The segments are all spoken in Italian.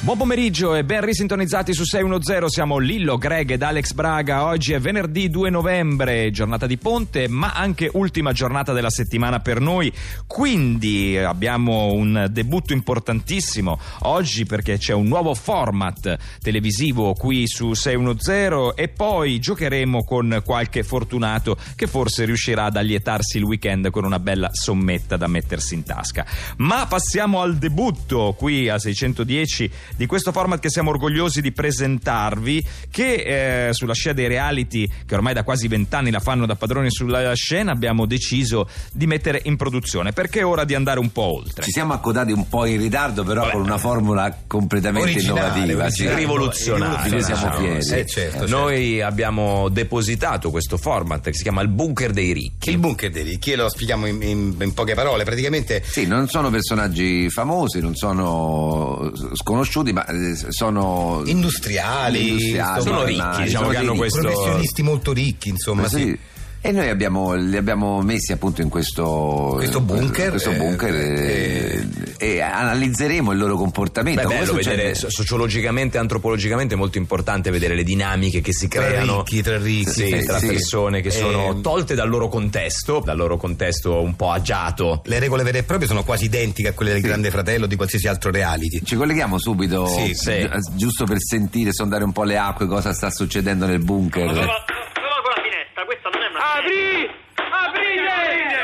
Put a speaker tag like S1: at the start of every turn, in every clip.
S1: Buon pomeriggio e ben risintonizzati su 610, siamo Lillo, Greg ed Alex Braga, oggi è venerdì 2 novembre, giornata di ponte ma anche ultima giornata della settimana per noi, quindi eh, abbiamo un debutto importantissimo oggi perché c'è un nuovo format televisivo qui su 610 e poi giocheremo con qualche fortunato che forse riuscirà ad allietarsi il weekend con una bella sommetta da mettersi in tasca. Ma passiamo al debutto qui a 610 di questo format che siamo orgogliosi di presentarvi, che eh, sulla scia dei reality, che ormai da quasi vent'anni la fanno da padroni sulla scena, abbiamo deciso di mettere in produzione, perché è ora di andare un po' oltre.
S2: Ci siamo accodati un po' in ritardo, però
S1: Vabbè.
S2: con una formula completamente
S3: Originale,
S2: innovativa.
S3: originale.
S2: Sì.
S4: rivoluzionario.
S2: Di cui siamo
S4: diciamo.
S2: fieri.
S4: Sì,
S3: certo,
S4: Noi abbiamo depositato questo format che si chiama il bunker dei ricchi.
S3: certo. Il bunker dei ricchi, e lo spieghiamo in, in- in poche parole, praticamente
S2: Sì, non sono personaggi famosi, non sono sconosciuti, ma eh, sono
S3: industriali,
S2: industriali,
S4: sono
S3: insomma,
S4: ricchi,
S2: normali,
S4: diciamo che
S2: sono dei
S4: hanno
S2: ricchi.
S4: questo-
S3: professionisti molto ricchi, insomma,
S2: Sì.
S3: Eh, sì.
S2: E noi abbiamo- li abbiamo messi appunto in questo,
S3: Questo bunker,
S2: questo
S3: eh,
S2: bunker,
S3: eh,
S2: eh, e analizzeremo il loro comportamento.
S4: Beh, è
S2: Come
S4: bello
S2: succede-
S4: vedere so- sociologicamente, antropologicamente, è molto importante vedere le dinamiche che si
S3: Tra
S4: creano
S3: ricchi, tra ricchi.
S4: Sì, tra
S2: sì.
S4: persone che
S3: Eh,
S4: sono tolte dal loro contesto, dal loro contesto un po' agiato.
S3: Le regole vere e proprie sono quasi identiche a quelle del Grande Fratello o di qualsiasi altro reality.
S2: Ci colleghiamo subito,
S3: Sì,
S4: sì.
S2: gi- giusto per sentire, sondare un po' le acque, cosa sta succedendo nel bunker.
S5: Prova, prova con la finestra, questa non è una finestra.
S6: Apri! Aprite!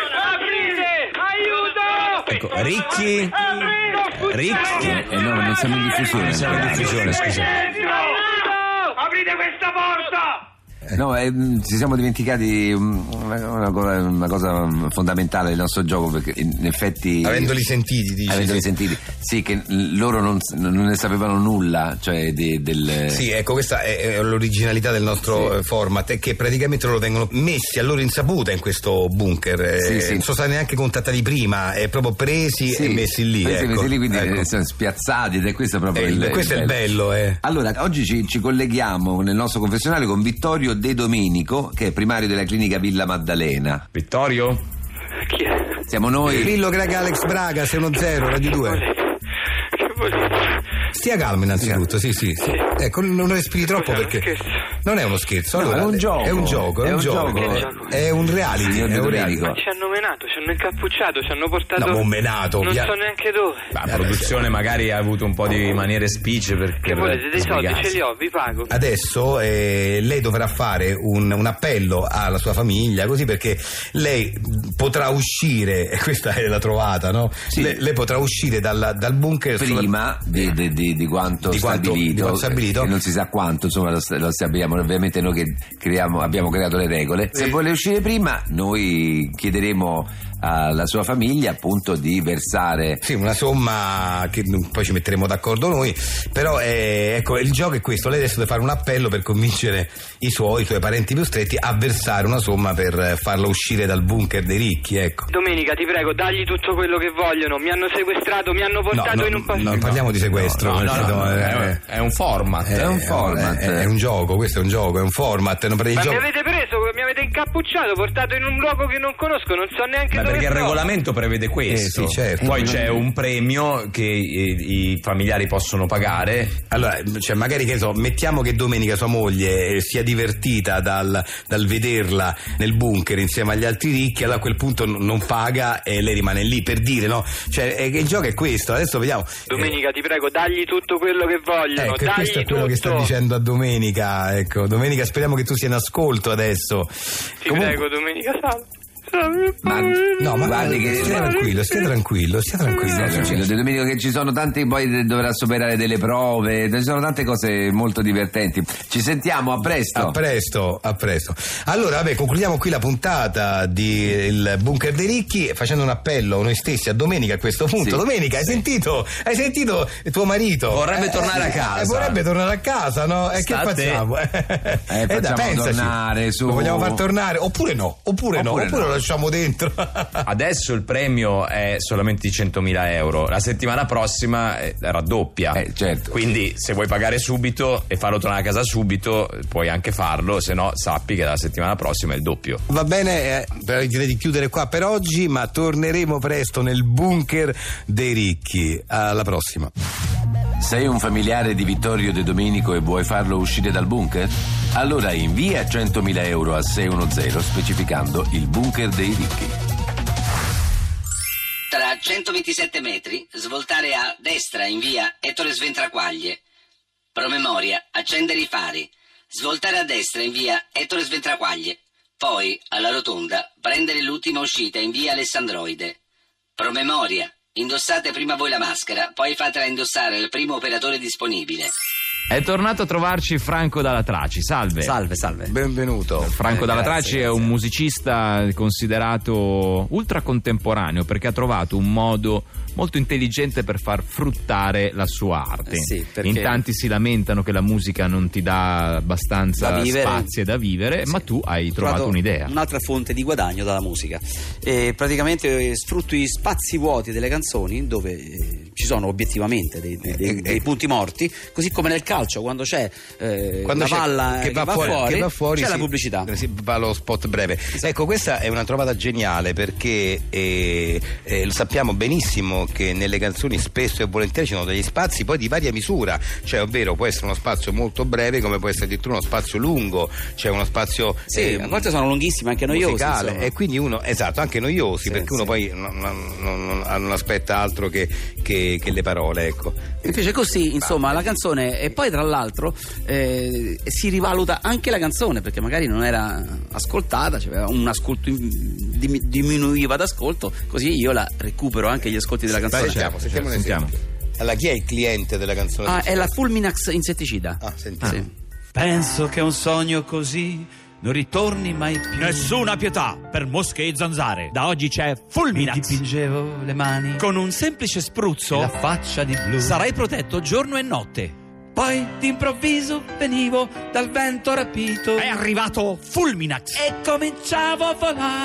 S6: Aprite! Aiuto!
S4: Ecco, ricchi,
S6: Apri!
S4: ricchi.
S2: Eh, no, non siamo in diffusione.
S4: Non siamo in diffusione, scusa.
S6: Aiuto! Aprite questa porta!
S2: No, eh, mh, ci siamo dimenticati mh, una, una cosa, una cosa, mh, fondamentale del nostro gioco, perché in in effetti...
S3: Avendoli sentiti, dici.
S2: avendoli
S3: sì.
S2: sentiti, sì, che l- loro non, s- non ne sapevano nulla, cioè di- del...
S3: Sì, ecco, questa è, è l'originalità del nostro eh, format, è che praticamente loro vengono messi a loro insaputa in questo bunker, eh,
S2: Sì, sì.
S3: non sono stati neanche contattati prima, è proprio presi
S2: Sì,
S3: e messi lì.
S2: presi e
S3: ecco.
S2: messi lì, quindi
S3: Ecco.
S2: eh, sono spiazzati ed è questo proprio
S3: Eh,
S2: il,
S3: questo è il bello, eh.
S2: Allora, oggi ci, ci colleghiamo nel nostro confessionale con Vittorio De Domenico, che è primario della clinica Villa Maddalena.
S4: Vittorio?
S5: Chi è?
S2: Siamo noi.
S3: Grillo Greg Alex Braga, 610, Radio 2.
S5: Che volete?
S3: Stia calmo innanzitutto, sì, sì. sì. Ecco, non respiri troppo
S5: Cos'è, uno
S3: perché
S5: scherzo?
S3: non è uno scherzo,
S2: No,
S3: allora,
S2: è un
S3: È un
S2: gioco.
S3: gioco, è un gioco.
S2: Che
S5: gioco?
S3: È un reality,
S2: Signor
S3: è un
S2: De
S3: reality.
S2: Domenico.
S5: Ma ci hanno menato, ci hanno incappucciato, ci hanno portato.
S3: L'hanno menato,
S5: Non
S3: via-
S5: so neanche dove.
S3: Eh,
S4: La produzione magari ha avuto un po' di maniere spicce perché...
S5: Che volete? Dei soldi ce li ho, vi pago.
S3: Adesso eh, lei dovrà fare un, un appello alla sua famiglia, così perché lei potrà uscire, e questa è la trovata, no? Le- lei potrà uscire dalla- dal bunker sulla-
S2: Prima di, di- di- di
S3: Cioè,
S2: quanto
S3: eh. Di quanto-
S2: stabilito,
S3: di quanto stabilito.
S2: e non si sa quanto, insomma, lo, sta- lo stabiliamo. Ovviamente noi che creiamo- abbiamo creato le regole. Se vuole uscire prima, noi chiederemo alla sua famiglia appunto di versare
S3: Sì, una somma che non- poi ci metteremo d'accordo noi, però eh, ecco, il gioco è questo, lei adesso deve fare un appello per convincere i suoi, i suoi parenti più stretti a versare una somma per eh, farla uscire dal bunker dei ricchi, ecco.
S5: Domenica, ti prego, dagli tutto quello che vogliono. Mi hanno sequestrato, mi hanno portato in
S3: non
S5: un passaggio.
S3: parliamo di sequestro,
S4: No, no, no,
S3: no,
S4: è,
S3: eh,
S4: un, è un format.
S3: eh,
S2: è un format.
S3: È, è un gioco, questo è un gioco, è un format, non prende il
S5: Ma mi
S3: gioco.
S5: avete preso, mi avete incappucciato, portato in un luogo che non conosco, non so neanche
S4: Ma
S5: dove.
S4: perché il
S5: sto.
S4: regolamento prevede questo.
S3: Eh, sì, certo.
S4: Poi c'è un premio che i, i familiari possono pagare.
S3: Allora, cioè, magari che ne so, mettiamo che domenica sua moglie eh, sia divertita dal, dal vederla nel bunker insieme agli altri ricchi, allora a quel punto n- non paga e lei rimane lì per dire, no? Cioè, è che il gioco è questo, adesso vediamo.
S5: Domenica, ti prego, dagli tutto quello che
S3: Eh,
S5: vogliono.
S3: Ecco, e
S5: dagli
S3: questo è quello
S5: tutto.
S3: che sta dicendo a Domenica. Ecco, Domenica, speriamo che tu sia in ascolto adesso.
S5: Ti
S3: Comunque-
S5: prego, domenica, salve. Salve.
S2: Ma-
S3: No, ma
S2: Guardi che-
S3: stia tranquillo, stia tranquillo, stia
S2: Cosa
S3: tranquillo.
S2: succede? De Cioè, Domenico che ci sono tanti, poi de- dovrà superare delle prove, ci sono tante cose molto divertenti. Ci sentiamo, a presto.
S3: A presto, a presto. Allora, vabbè, concludiamo qui la puntata di Il Bunker dei Ricchi facendo un appello noi stessi a Domenica a questo punto.
S2: Sì.
S3: Domenica, hai sentito? Hai sentito tuo marito?
S4: Vorrebbe tornare a casa.
S3: eh, vorrebbe tornare a casa, no? E
S4: Sta a
S3: che
S4: te.
S3: facciamo? Eh, dai,
S2: facciamo
S3: pensaci.
S2: tornare, su.
S3: Lo vogliamo far tornare? Oppure no? Oppure, no?
S2: Oppure
S3: Oppure
S2: no.
S3: lo lasciamo dentro?
S4: Adesso il premio è solamente di 100.000 euro. La settimana prossima eh, raddoppia.
S2: Eh, certo.
S4: Quindi se vuoi pagare subito e farlo tornare a casa subito, eh, puoi anche farlo. Se no, sappi che la settimana prossima è il doppio.
S3: Va bene, eh, direi di chiudere qua per oggi, ma torneremo presto nel bunker dei ricchi. Alla prossima.
S2: Sei un familiare di Vittorio De Domenico e vuoi farlo uscire dal bunker? Allora invia 100.000 euro a 610 specificando il bunker dei ricchi.
S7: Tra 127 metri, svoltare a destra in via Ettore Sventraquaglie. Promemoria, accendere i fari. Svoltare a destra in via Ettore Sventraquaglie. Poi, alla rotonda, prendere l'ultima uscita in via Alessandroide. Promemoria, indossate prima voi la maschera, poi fatela indossare al primo operatore disponibile.
S1: È tornato a trovarci Franco Dalatraci. Salve.
S8: Salve, salve.
S3: Benvenuto.
S1: Franco
S8: Eh,
S1: Dalatraci
S8: grazie,
S1: è un
S8: grazie.
S1: musicista considerato ultracontemporaneo perché ha trovato un modo molto intelligente per far fruttare la sua arte.
S8: Eh sì, perché-
S1: In tanti si lamentano che la musica non ti dà abbastanza
S8: Da vivere.
S1: spazi da vivere, ma
S8: Sì.
S1: tu hai
S8: Ho
S1: trovato, un'idea.
S8: Un'altra fonte di guadagno dalla musica. E praticamente eh, sfrutto gli spazi vuoti delle canzoni dove eh, ci sono obiettivamente dei, dei-
S3: Eh,
S8: dei- dei punti morti, così come nel calcio quando c'è eh,
S3: quando
S8: la
S3: c'è-
S8: palla
S3: che va, fuori, che va fuori,
S8: c'è
S3: sì, Eh,
S8: la pubblicità.
S3: sì, va lo spot breve ecco questa è una trovata geniale perché eh, eh, lo sappiamo benissimo che nelle canzoni spesso e volentieri ci sono degli spazi poi di varia misura cioè ovvero può essere uno spazio molto breve come può essere addirittura uno spazio lungo cioè uno spazio
S8: Sì,
S3: eh,
S8: a volte sono lunghissime, anche noiose,
S3: musicale.
S8: insomma.
S3: e quindi uno esatto anche noiosi
S8: Sì,
S3: perché uno
S8: sì.
S3: poi non, non- non- non- non aspetta altro che, che- che le parole ecco
S8: Invece così, insomma, la canzone e poi tra l'altro eh, si rivaluta anche la canzone perché magari non era ascoltata, cioè aveva un ascolto in- dim- diminuiva d'ascolto, così io la recupero anche gli ascolti della canzone.
S3: sentiamo sentiamo, un
S1: sentiamo.
S3: esempio. allora chi è il cliente della canzone
S8: Ah, è la Fulminax insetticida.
S3: Ah, senti.
S8: Sì.
S9: Penso che un sogno così non ritorni mai più.
S10: Nessuna pietà per mosche e zanzare. Da oggi c'è
S9: Mi
S10: Fulminax.
S9: dipingevo le mani
S10: Con un semplice
S9: e la
S10: spruzzo
S9: faccia di blu.
S10: sarai protetto giorno e notte.
S9: Poi d'improvviso venivo dal vento rapito
S10: È
S8: Eh,
S10: arrivato Fulminax.
S9: e cominciavo a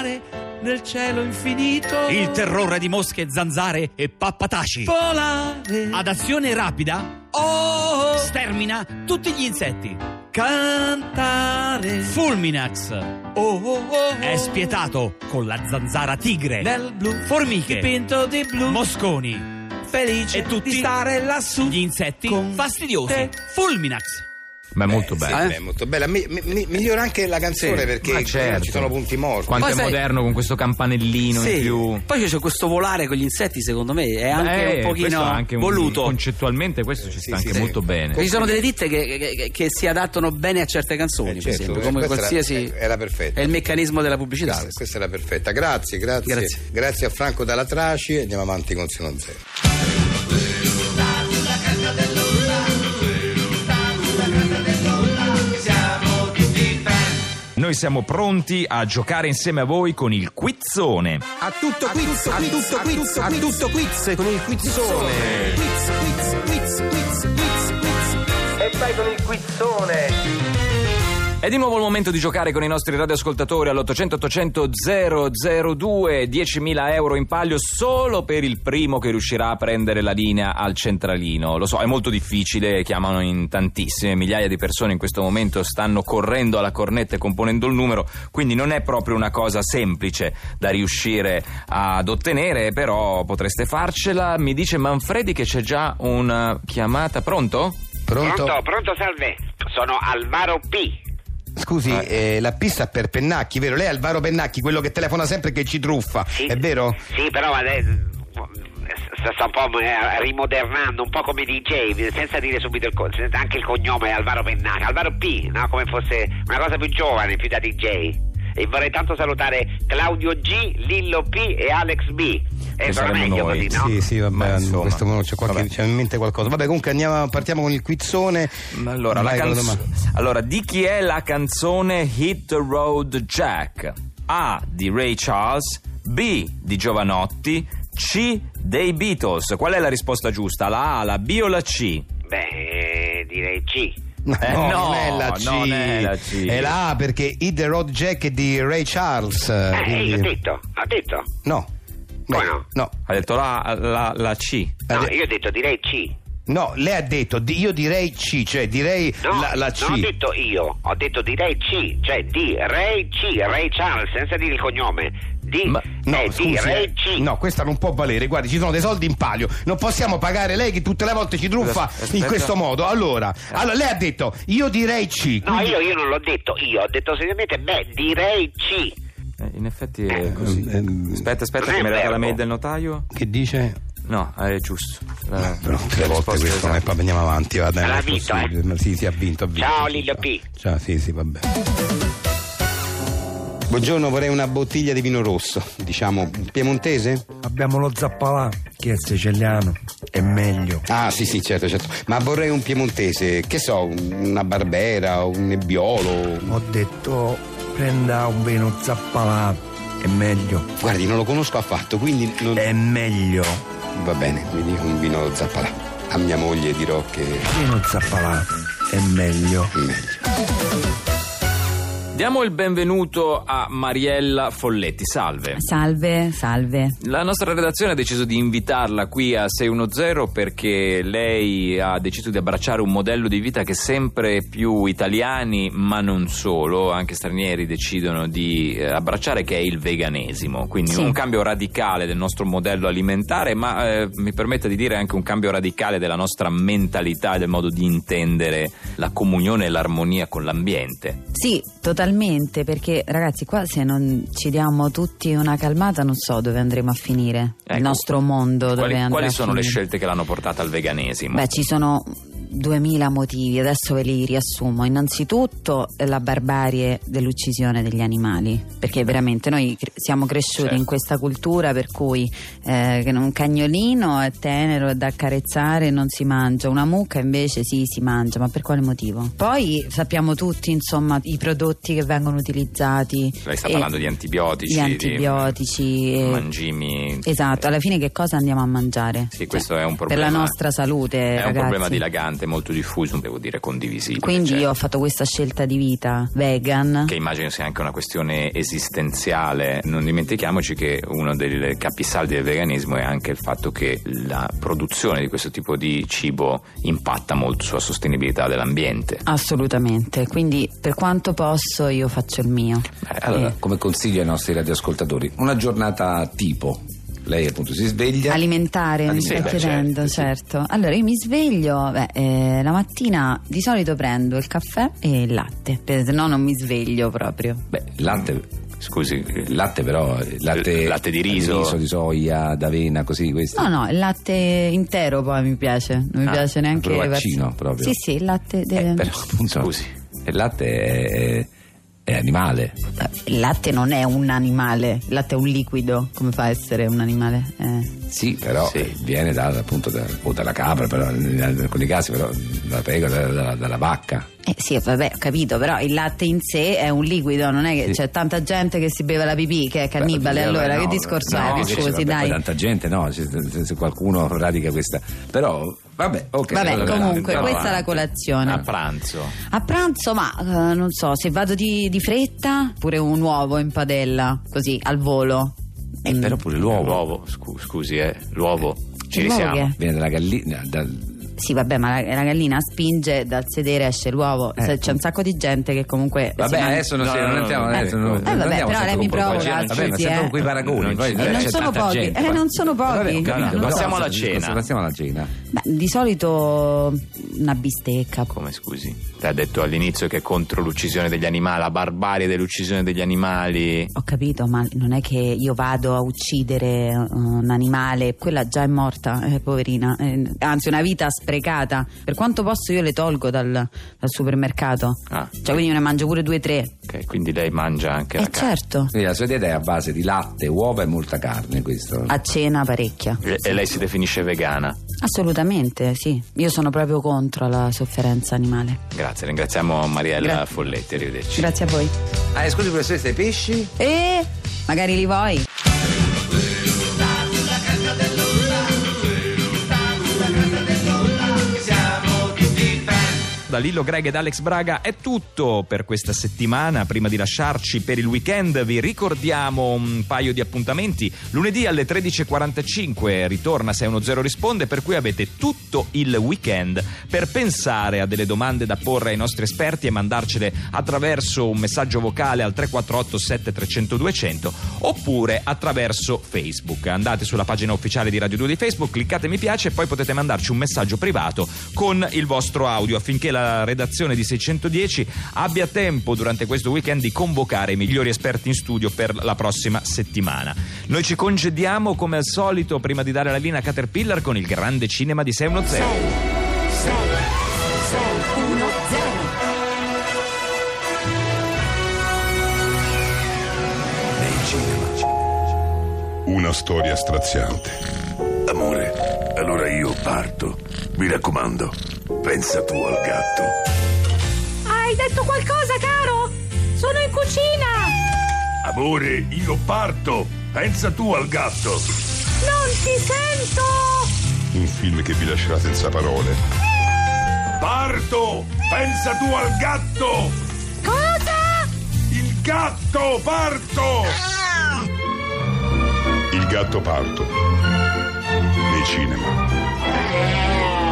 S9: volare nel cielo infinito.
S10: Il terrore di mosche, zanzare e pappataci.
S9: volare
S10: Ad azione rapida
S9: oh, oh,
S10: stermina tutti gli insetti.
S9: cantare
S10: Fulminax
S9: oh, oh, oh,
S10: è spietato con la zanzara tigre.
S9: nel blu
S10: Formiche,
S9: dipinto di blu
S10: mosconi,
S9: felice
S10: e tutti
S9: di stare lassù
S10: gli insetti
S9: con
S10: fastidiosi.
S9: te.
S10: Fulminax.
S1: Ma è
S3: Beh,
S1: molto
S3: sì,
S1: bello.
S8: eh?
S3: beh, molto bella. Mi- mi- mi- migliora anche la canzone
S1: Sì, ma
S3: perché
S1: certo.
S3: ci sono punti morti.
S1: Quanto
S8: Poi
S1: è
S8: sai-
S1: moderno con questo campanellino in
S8: Sì.
S1: più.
S8: Poi c'è questo volare con gli insetti, secondo me, è anche
S1: Eh,
S8: un pochino
S1: questo è anche un-
S8: voluto.
S1: concettualmente questo ci sta
S3: sì,
S1: anche
S3: sì.
S1: molto bene.
S8: Ci sono delle ditte che, che- che si adattano bene a certe
S3: Eh,
S8: canzoni, per
S3: certo,
S8: esempio, come
S3: questa
S8: qualsiasi.
S3: era- era perfetta.
S8: È il meccanismo della pubblicità.
S3: Questa, questa era perfetta. Grazie, grazie.
S8: Grazie.
S3: Grazie, a Franco Dalla Traci. Andiamo avanti con Sino Zero.
S1: Noi siamo pronti a giocare insieme a voi con il quizzone.
S11: A tutto quiz, a tutto quiz, a tutto quiz con il quizzone. Quiz, quiz, quiz, quiz, quiz, quiz. E vai con il quizzone.
S1: È di nuovo il momento di giocare con i nostri radioascoltatori all'800 800 002 10.000 euro in palio solo per il primo che riuscirà a prendere la linea al centralino. Lo so, è molto difficile, chiamano in tantissime, migliaia di persone in questo momento stanno correndo alla cornetta e componendo il numero, quindi non è proprio una cosa semplice da riuscire ad ottenere, però potreste farcela. Mi dice Manfredi che c'è già una chiamata. Pronto?
S3: Pronto?
S6: Pronto, pronto, salve. Sono Alvaro P.
S3: Scusi, eh, la pista per Pennacchi, vero? Lei è Alvaro Pennacchi, quello che telefona sempre e che ci truffa,
S6: Sì.
S3: è vero?
S6: Sì, però adesso sta sta un po' eh, rimodernando, un po' come DJ, senza dire subito il co- senza- anche il cognome Alvaro Pennacchi, Alvaro P, no? come fosse una cosa più giovane, più da DJ. E vorrei tanto salutare Claudio G, Lillo P e Alex B. Eh,
S1: Che
S6: E sarà
S1: saremmo
S6: meglio
S1: noi.
S6: così, no?
S3: Sì, sì,
S1: Beh,
S3: vabbè,
S1: insomma.
S3: questo mo- c'è, qualche-
S1: Vabbè.
S3: c'è in mente qualcosa. Vabbè, comunque andiamo, partiamo con il quizzone.
S1: Allora, la
S3: Vai con la
S1: canz-
S3: domanda.
S1: allora, di chi è la canzone Hit the Road Jack? A di Ray Charles, B di Giovanotti, C dei Beatles. Qual è la risposta giusta? La A, la B o la C?
S6: Beh, eh, direi C.
S3: No,
S1: Eh, no,
S3: non è la C.
S1: non è la C.
S3: È la A perché Hit the Road Jack è di Ray Charles.
S6: Eh,
S3: quindi-
S6: io ho detto, ho detto.
S3: No.
S6: Come
S3: No.
S6: no?
S3: No.
S1: Ha detto la, la, la C.
S6: No,
S3: Ade-
S6: io ho detto direi C.
S3: No, lei ha detto, di- io direi C, cioè direi
S6: No,
S3: la, la C.
S6: non ho detto io, ho detto di Ray C, cioè di Ray C, Ray Charles, senza dire il cognome. di,
S3: No,
S6: eh, di
S3: scusi, eh.
S6: Reggi.
S3: no, questa non può valere. Guardi, ci sono dei soldi in palio. Non possiamo pagare lei che tutte le volte ci truffa
S6: Aspetta. Eh.
S3: in questo modo. Allora, allora, lei ha detto io direi C.
S6: No, io, io non l'ho detto io, ho detto semplicemente, beh, direi C.
S1: Eh, in effetti è così.
S3: eh, mm.
S1: Aspetta, aspetta, che mi
S6: verbo.
S1: regala la mail del notaio.
S3: Che dice?
S6: Eh,
S3: Ah,
S1: No, è giusto. La-
S3: Però tutte le volte
S1: risposta
S3: questo, eh, poi andiamo avanti, va dai, non
S1: L'ha
S3: è
S1: vinto,
S3: possibile.
S6: eh.
S3: Ma Sì, sì, ha vinto, ha vinto.
S6: Ciao Lillo P.
S3: Ciao, sì, sì, va bene. Buongiorno, vorrei una bottiglia di vino rosso, diciamo piemontese?
S12: Abbiamo lo zappalà, che è siciliano, è meglio.
S3: Ah, sì, sì, certo, certo. Ma vorrei un piemontese, che so, una barbera, un nebbiolo.
S12: Ho detto prenda un vino zappalà, è meglio.
S3: Guardi, non lo conosco affatto, quindi non...
S12: È meglio.
S3: Va bene, mi dico un vino zappalà. A mia moglie dirò che...
S12: Vino zappalà, è meglio.
S1: Diamo il benvenuto a Mariella Folletti. Salve.
S13: Salve, salve.
S1: La nostra redazione ha deciso di invitarla qui a 610 perché lei ha deciso di abbracciare un modello di vita che sempre più italiani, ma non solo, anche stranieri decidono di eh, abbracciare, che è il veganesimo. Quindi
S13: Sì.
S1: un cambio radicale del nostro modello alimentare, ma eh, mi permetta di dire anche un cambio radicale della nostra mentalità e del modo di intendere la comunione e l'armonia con l'ambiente.
S13: Sì, totalmente, perché ragazzi qua se non ci diamo tutti una calmata non so dove andremo a finire.
S1: Ecco.
S13: Il nostro mondo dove
S1: Quali,
S13: andrà
S1: quali
S13: a
S1: sono le
S13: finire.
S1: scelte che l'hanno portata al veganesimo?
S13: Beh, ci sono 2000 motivi, adesso ve li riassumo. Innanzitutto eh, la barbarie dell'uccisione degli animali, perché veramente noi cre- siamo cresciuti
S1: Certo.
S13: in questa cultura per cui eh, che un cagnolino è tenero è da accarezzare e non si mangia, una mucca invece sì si mangia, ma per quale motivo? Poi sappiamo tutti insomma i prodotti che vengono utilizzati.
S1: Lei sta
S13: e
S1: parlando di antibiotici,
S13: Gli
S1: di-
S13: antibiotici. e-
S1: mangimi.
S13: Esatto, alla fine che cosa andiamo a mangiare?
S1: Sì, questo è un
S13: Per
S1: problema.
S13: la nostra salute,
S1: è un
S13: ragazzi.
S1: problema dilagante, molto diffuso, devo dire
S2: Eh,
S1: condivisibile.
S13: Quindi
S2: certo.
S1: cioè,
S13: io ho fatto questa scelta di vita vegan.
S1: che immagino sia anche una questione esistenziale. Non dimentichiamoci che uno dei capisaldi del veganismo è anche il fatto che la produzione di questo tipo di cibo impatta molto sulla sostenibilità dell'ambiente.
S13: Assolutamente, quindi per quanto posso io faccio il mio.
S1: Eh,
S2: Allora, come consiglio ai nostri radioascoltatori, una giornata tipo. Lei appunto si sveglia.
S13: Alimentare, mi
S2: Sì,
S13: sto
S2: beh,
S13: chiedendo, certo. Allora, io mi sveglio, beh, eh, la mattina di solito prendo il caffè e il latte, perché se no non mi sveglio proprio.
S2: Beh, latte. Scusi, il latte però, il latte,
S1: latte di riso.
S2: di soia, d'avena, così, questo.
S13: No, no, il latte intero poi mi piace, non mi
S2: Ah,
S13: piace neanche...
S2: proprio
S13: verso-
S2: vaccino, proprio. Eh,
S13: Sì, sì, il latte...
S1: eh,
S13: de-
S2: Però, appunto, il latte è, è animale.
S13: Il latte non è un animale, il latte è un liquido, come fa a essere un animale? Eh.
S2: Sì, però eh, viene da, appunto da- o dalla capra, però in alcuni casi, però dalla pecora, da- da- dalla, vacca.
S13: Eh sì, vabbè, ho capito, però il latte in sé è un liquido, non è che
S2: Sì.
S13: c'è tanta gente che si beve la pipì che è cannibale,
S2: Beh,
S13: allora
S2: no,
S13: che discorso
S2: no,
S13: è?
S2: invece,
S13: Scusi,
S2: vabbè,
S13: dai.
S2: poi Tanta gente, no, se, se- se qualcuno radica questa. Però, vabbè, ok.
S13: Vabbè,
S2: allora,
S13: comunque,
S2: andiamo
S13: questa è la
S2: avanti.
S13: colazione.
S2: A pranzo.
S13: A pranzo, ma eh, non so, se vado di, di fretta, pure un uovo in padella, così, al volo. Mm.
S2: Eh, Però pure l'uovo.
S1: L'uovo, scu- scusi, eh, l'uovo. Ci
S13: L'uovo
S1: risiamo.
S13: che è?
S2: Viene dalla gallina. dal-
S13: Sì, vabbè, ma la, la gallina spinge, dal sedere esce l'uovo. Se-
S2: Eh,
S13: c'è
S2: mm.
S13: un sacco di gente che comunque... si
S2: Vabbè,
S13: mangia-
S2: adesso non, si,
S1: No, no,
S2: non
S1: no,
S2: entriamo.
S1: no.
S2: adesso
S1: Eh,
S2: non-
S1: eh,
S2: non
S13: vabbè,
S2: andiamo
S13: però
S2: sempre
S13: lei
S2: con
S13: mi
S2: paragoni.
S13: provoca,
S2: Vabbè, ma
S13: scusi,
S2: sempre
S13: eh.
S2: con quei paragoni.
S1: Non
S2: poi,
S1: ci-
S2: eh,
S13: Eh, non
S2: c'è
S13: sono
S2: tanta
S13: pochi,
S2: gente,
S13: eh,
S2: poi.
S13: non sono
S2: Vabbè,
S13: pochi.
S2: capito,
S13: Non
S2: passiamo
S13: posso.
S2: alla cena. Passiamo alla cena.
S13: Beh, di solito una bistecca.
S1: Come scusi? Te ha detto all'inizio che è contro l'uccisione degli animali, la barbarie dell'uccisione degli animali.
S13: Ho capito, ma non è che io vado a uccidere eh, un animale, quella già è morta, eh, poverina, eh, anzi una vita sprecata. Per quanto posso io le tolgo dal, dal supermercato,
S1: Ah,
S13: cioè quindi me ne mangio pure due o tre.
S1: ok, quindi lei mangia anche
S13: E
S1: la carne.
S13: certo,
S2: Quindi la sua dieta è a base di latte, uova e molta carne, questo.
S13: a cena parecchia.
S1: E- E lei si definisce vegana.
S13: Assolutamente, sì. Io sono proprio contro la sofferenza animale.
S1: Grazie, ringraziamo Mariella
S13: Gra-
S1: Folletti, arrivederci.
S13: Grazie a voi.
S2: Ah, scusi professoressa, i pesci?
S13: E magari li vuoi.
S14: Siamo tutti fan.
S1: da Lillo Greg ed Alex Braga è tutto per questa settimana. Prima di lasciarci per il weekend vi ricordiamo un paio di appuntamenti. Lunedì alle 13.45 ritorna 610 risponde, per cui avete tutto il weekend per pensare a delle domande da porre ai nostri esperti e mandarcele attraverso un messaggio vocale al 348 7300 200 oppure attraverso Facebook. Andate sulla pagina ufficiale di Radio 2 di Facebook, cliccate mi piace e poi potete mandarci un messaggio privato con il vostro audio affinché la redazione di 610 abbia tempo durante questo weekend di convocare i migliori esperti in studio per la prossima settimana. Noi ci congediamo come al solito prima di dare la linea a Caterpillar con il grande cinema di 610.
S11: 610
S15: Una storia straziante.
S16: Amore, allora io parto. Mi raccomando, pensa tu al gatto.
S17: Hai detto qualcosa, caro? Sono in cucina!
S16: Amore, io parto. Pensa tu al gatto.
S17: Non ti sento!
S15: Un film che vi lascerà senza parole.
S16: Parto! Pensa tu al gatto!
S17: Cosa?
S16: Il gatto, parto!
S15: Il gatto parto. Nei cinema.